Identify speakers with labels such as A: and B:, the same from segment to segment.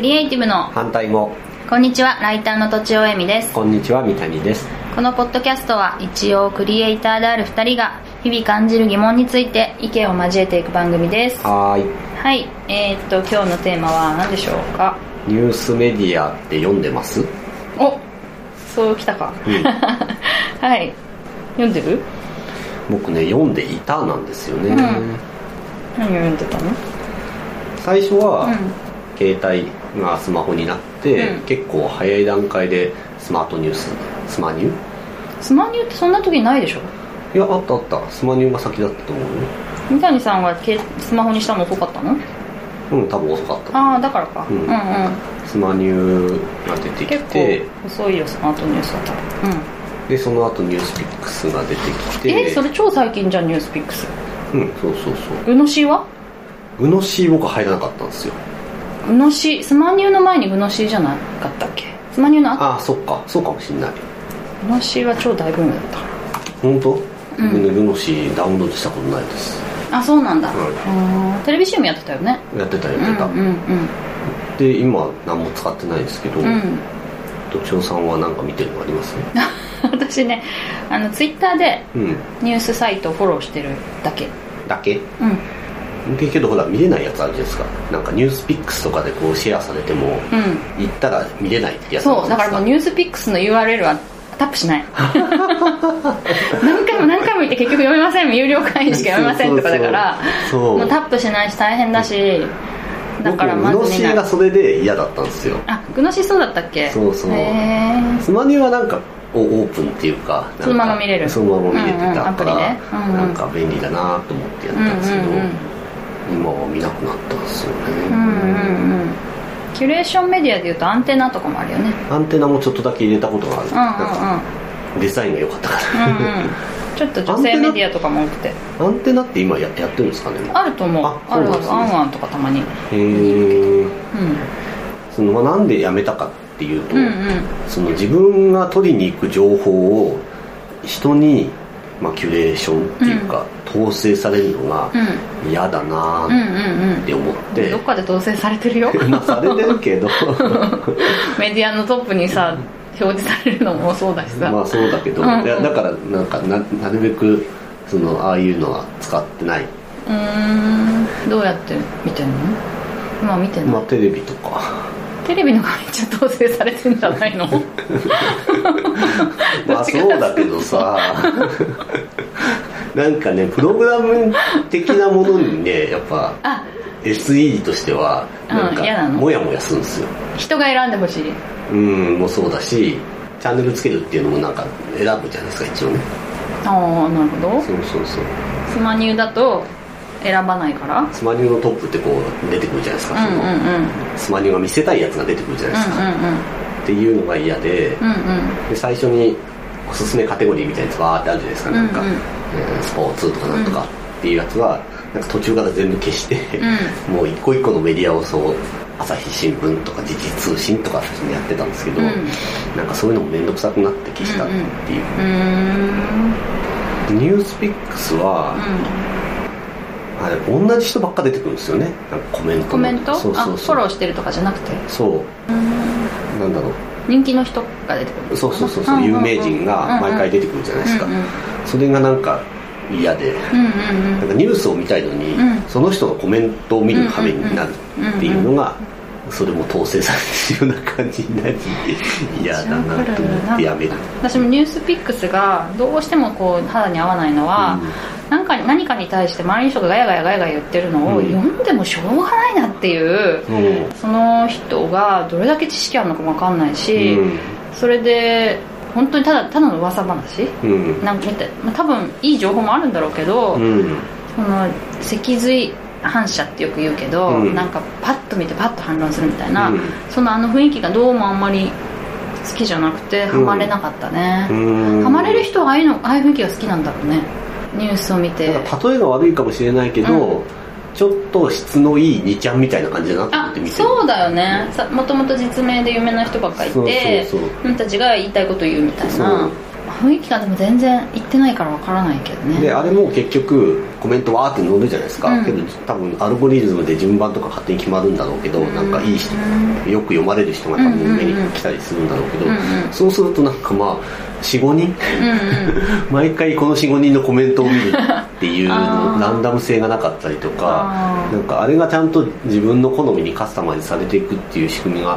A: リエイティブの
B: 反対語
A: こんにちはライターのとちおえみです
B: こんにちは三谷です
A: このポッドキャストは一応クリエイターである2人が日々感じる疑問について意見を交えていく番組です
B: はーい
A: はいえー、っと今日のテーマは何でしょうか
B: ニュースメディアって読んでます
A: おそうきたか、
B: うん
A: はい読んでる
B: 僕ね読んでいたなんですよね、
A: うん何を読んでたの
B: 最初は、
A: う
B: 携帯がスマホになって、
A: うん
B: 結構早い段階でスマートニューススマニュ
A: んスマニューってそんな時ないでしょ
B: いやあったあったスマニュが先だったと思うね
A: 三谷さんがけスマホにしたの遅かったの
B: うん多分遅かった
A: ああだからか、
B: うん
A: うんうん
B: スマニュが出てき
A: 結
B: て
A: 構遅いよスマートニュースだったらうん
B: でその後ニュースピックスが出てきて
A: えそれ超最近じゃんニュースピックス
B: うんそうそうそう
A: グノシーは
B: グノシー僕入らなかったんですよ
A: グノシースマニューの前にグノシーじゃなかったっけスマニューの後
B: ああそっかそうかもしんない
A: グノシーは超大ブームだっ
B: 本当、
A: うん
B: 僕ねグノシーダウンロードしたことないです
A: たあそうなんだ、
B: うん
A: あーテレビ CM やってたよね
B: やってたや
A: う
B: っ
A: んう
B: てた、
A: ん
B: で今何も使ってないですけど、
A: うんうん
B: とちおさんは何か見てるのあります
A: 私ねあのツイッターで
B: うん
A: ニュースサイトをフォローしてるだけ
B: だけ
A: うん
B: でけどほら見れないやつあるじゃないですかなんかニュースピックスとかでこうシェアされても
A: うん
B: 行ったら見れないってやつあ
A: そう
B: る
A: だからもう
B: じ
A: ニュースピックスの URL はタップし ない何回も何回も言って結局読めません有料会員しか読めませんとかだから
B: そうそうそうそう
A: もうタップしないし大変だしだからま
B: 僕グノ
A: ず
B: シ
A: 見な
B: ー
A: い
B: がそれで嫌だったんですよ
A: あグノシーそうだったっけ
B: そうそう
A: へー
B: スマニュはなんかこうオープンっていうかなんか
A: そのまま見れる
B: そのまま見れて
A: うんうん
B: た
A: アプ
B: か
A: リ
B: ら
A: ねうんうん
B: なんか便利だなと思ってやったんですけど、
A: うんうんうん
B: 今は見なくなったんですよね、
A: うんうんうんキュレーションメディアでいうとアンテナとかもあるよね
B: アンテナもちょっとだけ入れたことがある、
A: うんうん
B: なんかデザインが良かったか
A: う
B: ら、
A: ん うんうんちょっと女性メディアとかも多くて
B: アンテナって今ややってるんですかね
A: あると思う
B: あ
A: あ
B: そう
A: る
B: なん
A: あ
B: です
A: る
B: ね
A: アンアンとかたまに
B: へえ
A: うん
B: そのまあなんでやめたかっていうと、
A: うんうん
B: その自分が取りに行く情報を人に、まあ、キュレーションっていうか、統制されるのが嫌だな
A: うんうん
B: ー
A: うん
B: って思って、
A: どっかで統制されてるよ
B: まあされてる けど
A: メディアのトップにさ表示されるのもそうだしさ、
B: まあそうだけど、
A: うんうん
B: いやだからなんかななるべくそのああいうのは使ってない、
A: うーんどうやって見てんの今見てんの、
B: まあ、テレビとか
A: テレビの画面じゃ統制されてんじゃない のど
B: まあ
A: っちか
B: そうだけ どさなんかねプログラム的なものにねやっぱ
A: あ
B: SE としてはなん
A: うん嫌
B: か
A: なの
B: モヤモヤするんですよ
A: 人が選んでほしい
B: うんもそうだしチャンネルつけるっていうのもなんか選ぶじゃないですか一応ね
A: ああなるほど
B: そうそうそう
A: スマニューだと選ばないから
B: スマニュのトップってこう出てくるじゃないですか、
A: うんうんうんうん
B: そのスマニュが見せたいやつが出てくるじゃないですか、っていうのが嫌で、
A: うんうんうん
B: で最初におすすめカテゴリーみたいなやつバーってあるじゃないですかなんか、
A: うんうん
B: えースポーツとかなんとかっていうやつはなんか途中から全部消して、もう一個一個のメディアをそう朝日新聞とか時事通信とか最初にやってたんですけど、
A: うん
B: なんかそういうのも面倒くさくなって消したっていう、
A: うーん
B: ニュースピックスは、あれ同じ人ばっか出てくるんですよねなんかコメントの
A: コメント
B: そう
A: あ
B: そ
A: フ
B: うそ
A: ォ
B: う
A: ローしてるとかじゃなくて
B: そうなんだろう
A: 人気の人が出てくる
B: そうそうそうそう有名人が毎回出てくるじゃないですか、
A: うんうん
B: それがなんか嫌で、
A: うんうんうん
B: なんかニュースを見たいのに、
A: うん
B: その人のコメントを見る羽目になるっていうのが、それも統制されてるような感じになり嫌だなと思ってやめる
A: 私もニュースピックスがどうしてもこう肌に合わないのは、なんか何かに対して周りの人がガヤガヤガヤガヤ言ってるのを
B: うん
A: 読んでもしょうがないなっていう、
B: うん
A: その人がどれだけ知識あるのかもわかんないし、それで本当にただただの噂話
B: うん
A: なんか見て、まあ、多分いい情報もあるんだろうけど、
B: うん
A: その脊髄反射ってよく言うけど、
B: うん
A: なんかパッと見てパッと反論するみたいな、
B: うん
A: そのあの雰囲気がどうもあんまり好きじゃなくてハマれなかったね、
B: うん
A: ハマれる人はああいうのああいう雰囲気が好きなんだろうねニュースを見て
B: なんか例えが悪いかもしれないけど、
A: う
B: ちょっと質のいい2ちゃんみたいな感じだなと思っ
A: あ
B: て見てる
A: そうだよねさもともと実名で有名な人ばっかりいて
B: そうそうそう
A: 自分たちが言いたいことを言うみたいな雰囲気がでも全然行ってないからわからないけどね
B: であれも結局コメントわーって載るじゃないですか、
A: うん
B: けど多分アルゴリズムで順番とか勝手に決まるんだろうけど、なんかいい人よく読まれる人が多分目に来たりするんだろうけど、
A: うんうんうん
B: そうするとなんかまあ
A: う
B: 45人
A: んうん
B: 毎回この45人のコメントを見るっていう
A: あー
B: ランダム性がなかったりとか
A: あー
B: なんかあれがちゃんと自分の好みにカスタマイズされていくっていう仕組みが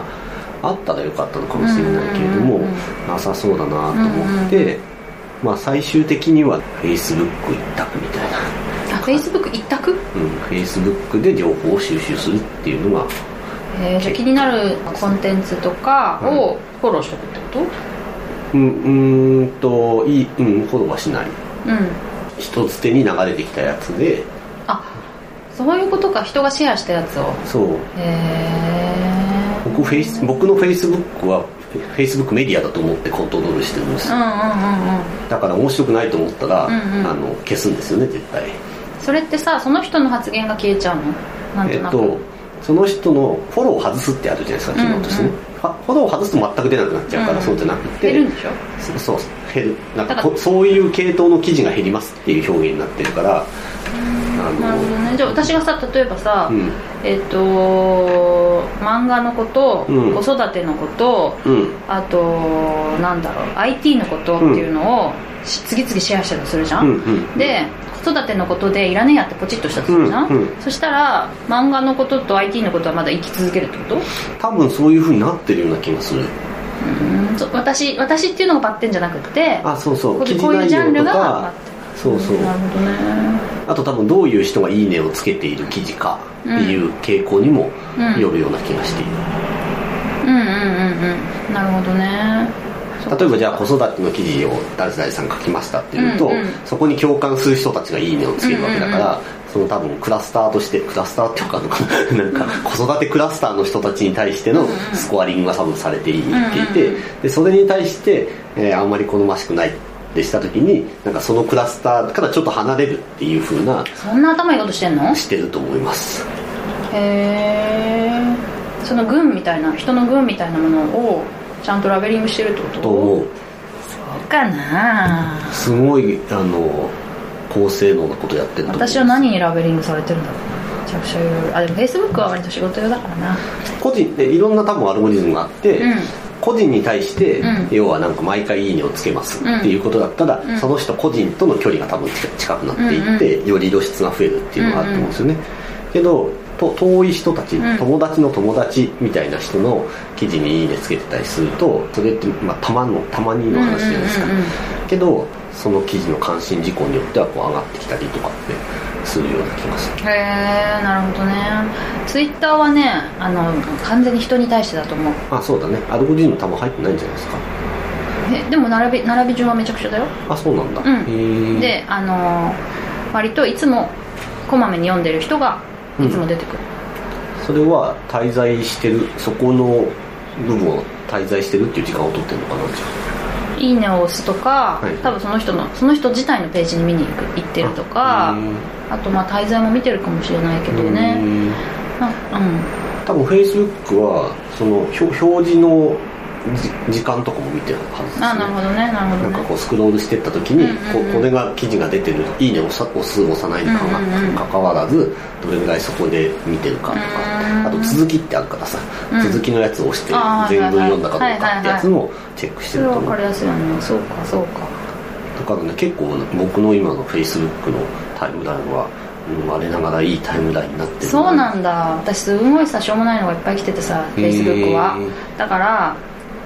B: あったらよかったのかもしれないけれども
A: うんうんうん
B: なさそうだなと思って、まあ、最終的には Facebook 一択みたいな、
A: あ Facebook 一択
B: うん、Facebook で情報を収集するっていうのが
A: えーじゃあ気になるコンテンツとかをフォローしておくってこと
B: うんうーんといい、うん、フォローはしない
A: うん
B: 人捨てに流れてきたやつで
A: あそういうことか人がシェアしたやつを
B: そう
A: へえ
B: 僕フェイス僕のフェイスブックはフェイスブックメディアだと思ってコントロールしてるんです
A: うんう
B: よ
A: んうんうん
B: だから面白くないと思ったら、
A: うんうん
B: あの消すんですよね絶対
A: それってさその人の発言が消えちゃうのなん
B: え
A: と
B: っ
A: なく、
B: とその人のフォローを外すってあるじゃないですか機能としてね、
A: うんう
B: フォローを外すと全く出なくなっちゃうから、
A: うん
B: そうじゃなくて
A: 減るんでしょ
B: そうそう減るなんか
A: だから
B: こそういう系統の記事が減りますっていう表現になってるからあ
A: なるほどねじゃあ私がさ例えばさ、
B: うん
A: えっと漫画のこと、
B: うん
A: 子育てのこと
B: うん
A: あとなんだろう IT のことっていうのをし、次々シェアしたとするじゃ
B: うん
A: ん、
B: うん
A: で子育てのことでいらねえやってポチッとしたとするじゃん、
B: うんうん
A: そしたら漫画のことと IT のことはまだ生き続けるってこと
B: 多分そういうふうになってるような気がする
A: うんそ私私っていうのがバッテンじゃなくって
B: あそうそ
A: ここ
B: う
A: で
B: 記
A: こ
B: 事
A: ういう
B: 内
A: ジャン
B: 容
A: ル
B: と
A: が
B: かそうそう
A: なるほどね
B: あと多分どういう人が「いいね」をつけている記事かっていう傾向にもよるような気がしている、
A: うんうんうんうんなるほどね
B: 例えばじゃあ子育ての記事を誰々さん書きましたっていうと、
A: うんうん
B: そこに共感する人たちが「いいね」をつけるわけだから、その多分クラスターとしてクラスターっていうかなんかなんか 子育てクラスターの人たちに対してのスコアリングが多分されていっていて、
A: うんう
B: でそれに対して、えーあんまり好ましくないでした時になんかそのクラスターからちょっと離れるっていう風な
A: そんな頭いいことしてんのへ
B: してると思います
A: えその群みたいな人の群みたいなものをちゃんとラベリングしてるってこと
B: と思
A: そ
B: う
A: うかな
B: すごいあの高性能なことやってると思う
A: 私は何にラベリングされてるんだろうなめちゃくちゃいろいろあでも Facebook は割と仕事用だからな
B: 個人でいろんな多分アルゴリズムがあって、
A: うん
B: 個人に対して、
A: うん
B: 要はなんか毎回「いいね」をつけますっていうことだったら、
A: うん
B: その人個人との距離が多分近くなっていって、より露出が増えるっていうのがあると思うんですよね、けどと遠い人たち、
A: うん
B: 友達の友達みたいな人の記事に「いいね」つけてたりするとそれって、まあ、たまのたまにの話じゃないですか、
A: うんうんうんうん
B: けどその記事の関心事項によってはこう上がってきたりとかってするような気がする
A: へえなるほどね Twitter はねあの完全に人に対してだと思う
B: あそうだねアルゴリズム多分入ってないんじゃないですか
A: えでも並び並び順はめちゃくちゃだよ
B: あそうなんだ、
A: うん
B: へえ
A: であのー割といつもこまめに読んでる人が
B: うん
A: いつも出てくる、
B: それは滞在してるそこの部分を滞在してるっていう時間を取ってるのかなじゃ
A: いいねを押すとか、
B: はい
A: 多分その人のその人自体のページに見に行く行ってるとか
B: あ
A: あとまあ滞在も見てるかもしれないけど
B: う
A: ね
B: ん
A: なんかうん
B: 多分フェイスブックはその表表示のじ時間とかも見てるはずです、ね、
A: あなるほどねなるほ
B: な
A: ど
B: んか
A: ね
B: こうスクロールしてった時に、
A: うんうんうん
B: ここれが記事が出てる「いいね」を押さ押す押さないにかか,、
A: うんうんうん
B: わらずどれぐらいそこで見てるかとか
A: うん
B: あと続きってあるからさ、
A: うん
B: 続きのやつを押して
A: あー
B: 全文
A: はいはい
B: 読んだかどうかってやつもチェックし
A: そ
B: て
A: れ
B: ると
A: は
B: 思う
A: 分かりやすいよねそうかそうか
B: だからね結構僕の今の Facebook のタイムラインは、うん、我ながらいいタイムラインになってる
A: そうなんだ私すごいさしょうもないのがいっぱい来ててさ Facebook は
B: へ
A: だから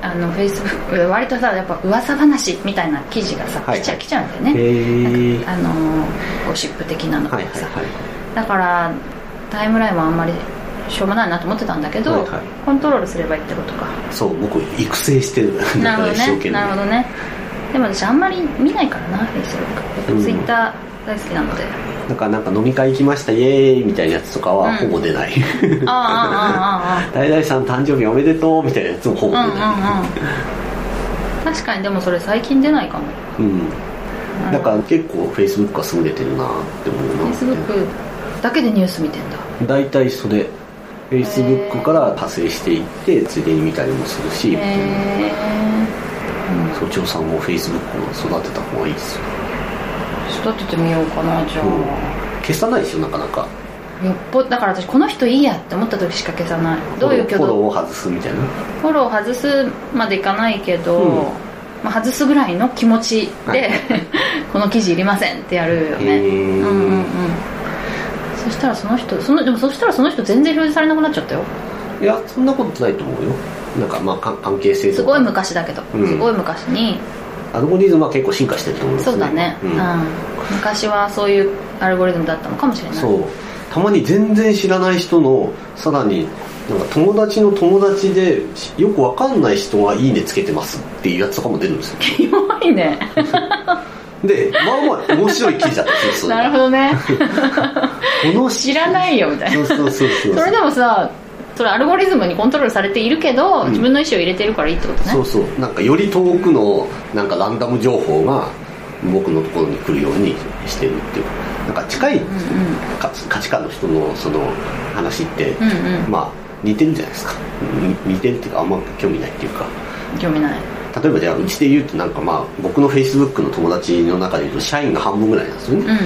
A: あの Facebook 割とさやっぱ噂話みたいな記事がさ、
B: はい
A: 来ちゃ来ちゃうんだよね
B: へー
A: あのーゴシップ的なのとか
B: はいはい
A: さ、
B: はい
A: だからタイムラインはあんまりしょうもないなと思ってたんだけど、
B: はいはい
A: コントロールすればいいってことか
B: そう僕育成してる
A: な
B: だか
A: る
B: ら
A: ほ
B: 一生
A: どね
B: 懸命
A: なるほどねでも私あんまり見ないからな Facebook
B: うん
A: Twitter 大好きなので
B: だからなんか飲み会行きましたイエーイみたいなやつとか
A: うん
B: はほぼ出ない、
A: ああああああああ
B: 大々さん誕生日おめでとうみたいなやつもほぼ出ない、
A: うんうんうん確かにでもそれ最近出ないかも
B: うんだから結構 Facebook は優れてるなって思うな
A: Facebook だけでニュース見てんだ
B: 大体それ Facebook から派生していってついでに見たりもするし、
A: へえ
B: 都庁さんも Facebook を育てた方がいいですよ
A: 育ててみようかなじゃあ、
B: うん消さないでしょなかなか
A: よっぽどだから私この人いいやって思った時しか消さないどういう挙
B: フォロー
A: 動
B: を外すみたいな
A: フォロー外すまでいかないけど、
B: うん
A: まあ、外すぐらいの気持ちで、
B: はい
A: この記事いりませんってやるよ
B: へ
A: ねうんう
B: ー
A: んうんそしたらその人そのでもそしたらその人全然表示されなくなっちゃったよ
B: いやそんなことないと思うよなんかまあか関係性
A: す
B: と
A: ごい
B: か
A: 昔だけど、
B: うん
A: すごい昔に
B: アルゴリズムは結構進化してると思いますね
A: そうだね、うん
B: ん
A: 昔はそういうアルゴリズムだったのかもしれない
B: そうたまに全然知らない人のさらになんか友達の友達でしよくわかんない人が「いいね」つけてますっていうやつとかも出るんですよ
A: 弱いね
B: でまあまあ面白い記事だったんですよ
A: なるほど ね
B: どこ の
A: 知らないよみたいな
B: そうそうそうそう
A: それでもさそれアルゴリズムにコントロールされているけど、自分の意思を入れてるからいいってことね
B: そうそうなんかより遠くのなんかランダム情報が僕のところに来るようにしてるっていうなんか近い価値価値観の人のその話って、
A: うんうん
B: まあ似てるじゃないですかに似てるっていうかあんま興味ないっていうか
A: 興味ない
B: 例えばじゃあうちで言うとなんかまあ僕の Facebook の友達の中で言うと社員が半分ぐらいなんですよね、
A: うん
B: だか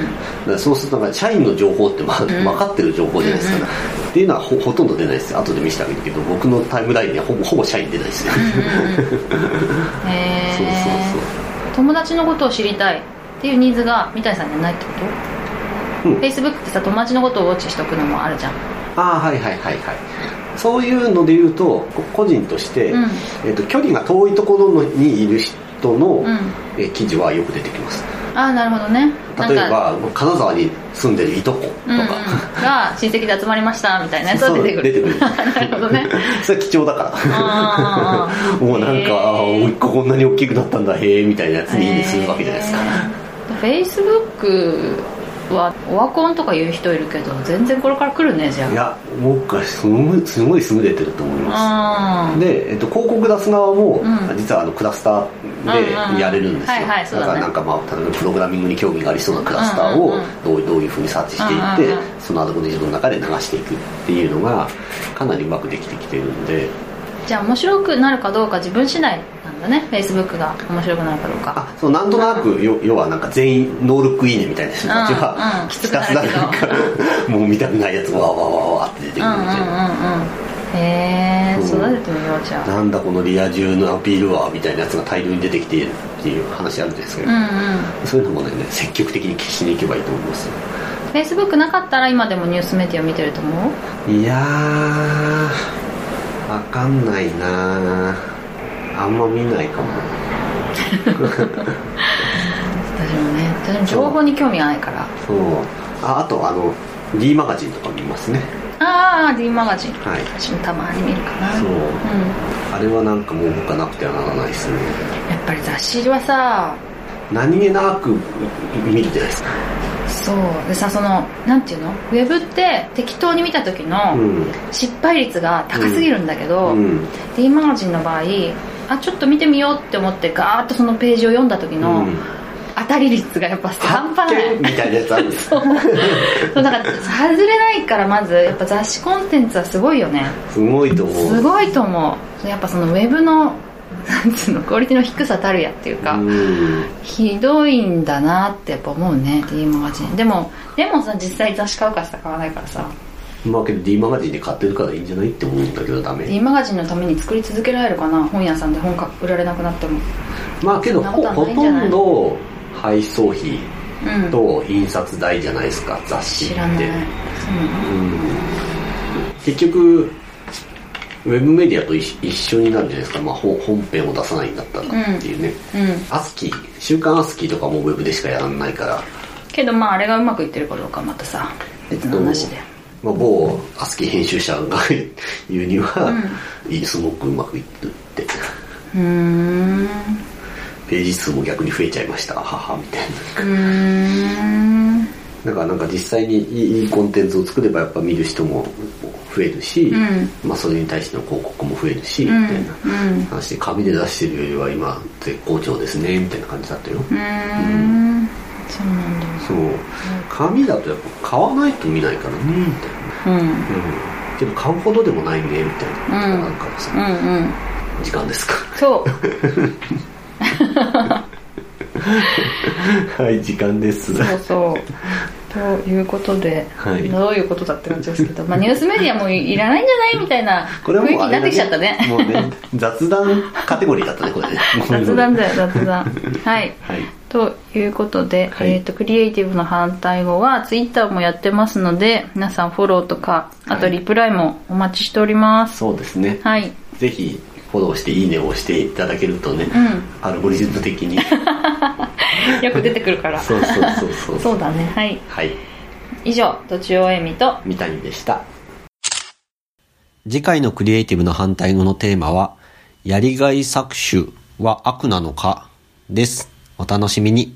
B: らそうするとなんか社員の情報って、まあ分かってる情報じゃないですか、っていうのはほほとんど出ないですよ後で見せてあげるけど僕のタイムラインにはほぼほぼ社員出ないですよ、
A: へ
B: そうそうそう
A: え友達のことを知りたいっていうニーズが三谷さんにはないってこと、
B: うん
A: Facebook ってさ友達のことをウォッチしとくのもあるじゃん
B: ああはいはいはいはいそういうので言うとこ個人として、
A: うん
B: えっと距離が遠いところにいる人の、
A: うん
B: えー記事はよく出てきます
A: ああなるほどねなんか
B: 例えば金沢に住んでるいとことか、
A: うんうん、が親戚で集まりましたみたいなやつは
B: そう
A: 出てくる
B: 出てくる
A: なるほどね
B: それは貴重だか
A: あ
B: ら
A: ー
B: もうなん
A: へ
B: か
A: ー
B: あー一個こんなに大きくなったんだへえみたいなやつにいいねするわけじゃないですか、
A: へー Facebook はオワコンとか言う人いるけど全然これから来るねじゃあ
B: いや僕はすごいすごい優れてると思います
A: うん
B: で、えっと、広告出す側も、
A: うん
B: 実はあのクラス
A: う
B: タ
A: ん
B: ー
A: うん
B: でやれるんですよ、
A: はいはいそうだね
B: からなんかまあ例えばプログラミングに興味がありそうなクラスターを
A: うんうん
B: どう,、どういうふうにサーチしていって、
A: うんうんう
B: そのアルゴリズムの中で流していくっていうのがかなりうまくできてきてるんで
A: じゃあ面白くなるかどうか自分次第なんだね Facebook が面白くなるかどうか
B: あそうなんとなくよ要はなんか全員ノールックいいねみたいな人たち
A: うんう
B: は
A: んき
B: ひ
A: つくな
B: た
A: るけ
B: す
A: ど
B: らなんかもう見たくないやつがわわわわって出てく
A: う
B: るみ
A: んうんうん
B: たいな。
A: うんへえ
B: うん
A: 育ててみようじゃあ
B: なんだこのリア充のアピールはみたいなやつが大量に出てきているっていう話あるんですけ
A: う
B: ど、
A: んうん
B: そういうのもね積極的に消しに行けばいいと思いますよ
A: Facebook なかったら今でもニュースメディア見てると思う
B: いやーわかんないなーあんま見ないかも
A: 私もね私も情報に興味がないから
B: そうああとあの D マガジンとか見ますね
A: ああ D マガジン
B: はい
A: 私もたまに見るかな
B: そう
A: うん
B: あれはなんかもう僕はなくてはならないですね
A: やっぱり雑誌はさ
B: 何気なく見るじゃないですか
A: そうでさそのなんていうのウェブって適当に見た時
B: う
A: の
B: ん
A: 失敗率が高すぎるんだけど、
B: うん、
A: D マガジンの場合あちょっと見てみようって思ってガーッとそのページを読んだ時の、
B: うん
A: 当たり率がやっぱ半端な
B: 発
A: い
B: 見みたいなやつあるんです
A: そうそうだから外れないからまずやっぱ雑誌コンテンツはすごいよね
B: すごいと思う
A: すごいと思うやっぱそのウェブのなんつうのクオリティの低さたるやっていうか、
B: うん
A: ひどいんだなってやっぱ思うね D マガジンでもでもさ実際雑誌買うかさ買わないからさ
B: まあけど D マガジンで買ってるからいいんじゃないって思うんだけどダメ
A: D マガジンのために作り続けられるかな本屋さんで本か売られなくなっても
B: まあけどほ
A: そんなこと
B: ほ
A: はないんじゃ
B: と
A: ない
B: んど配送費
A: うん
B: と印刷代じゃないですか、雑誌っ
A: 知
B: て
A: らない
B: 結局ウェブメディアと一一緒になるんじゃないですか、まあ、ほ本編を出さないんだったらっていうね、
A: うん、うん、
B: アスキー週刊アスキーとかもウェブでしかやらないから
A: けどまああれがうまくいってるかどうかまたさ別の話で、
B: まあ、某アスキー編集者が 言うには、いいすごくうまくいってるって
A: うーんう
B: ページ数も逆に増えちゃいましたははみたいな
A: ーん
B: だからなんか実際にいいいいコンテンツを作ればやっぱ見る人も増えるし、
A: ん
B: まあ、それに対しての広告も増えるし、
A: うん
B: みたいな
A: うん
B: 話で紙で出してるよりは今絶好調ですねみたいな感じだったよ、
A: うーんそうなんだ
B: そう紙だとやっぱ買わないと見ないからねみたい
A: うん
B: な、うん、でも買うほどでもないねみたいなことがあるからさ、
A: うんうん
B: 時間ですか
A: そう
B: はい時間です
A: そうそうということで、
B: はい
A: どういうことだって感じですけど、まあ、ニュースメディアもいらないんじゃないみたいな
B: これ
A: 雰囲気に
B: はもうあ
A: な
B: れ
A: ってきちゃったね
B: もうね雑談カテゴリーだったねこれね
A: 雑談だよ雑談はい
B: はい
A: ということで、
B: はい
A: えっ、と、クリエイティブの反対語は、ツイッターもやってますので、皆さんフォローとか、あと
B: はい
A: リプライもお待ちしております。
B: そうですね
A: はい。
B: ぜひフォローして「いいね」を押していただけるとね、アルゴリズム的 に
A: よく出てくるから。
B: そうそうそうそう
A: そうだね。はい。
B: はい
A: 以上、とちおえみと、
B: 三谷でした次回のクリエイティブの反対語のテーマは「やりがい搾取は悪なのか?」ですお楽しみに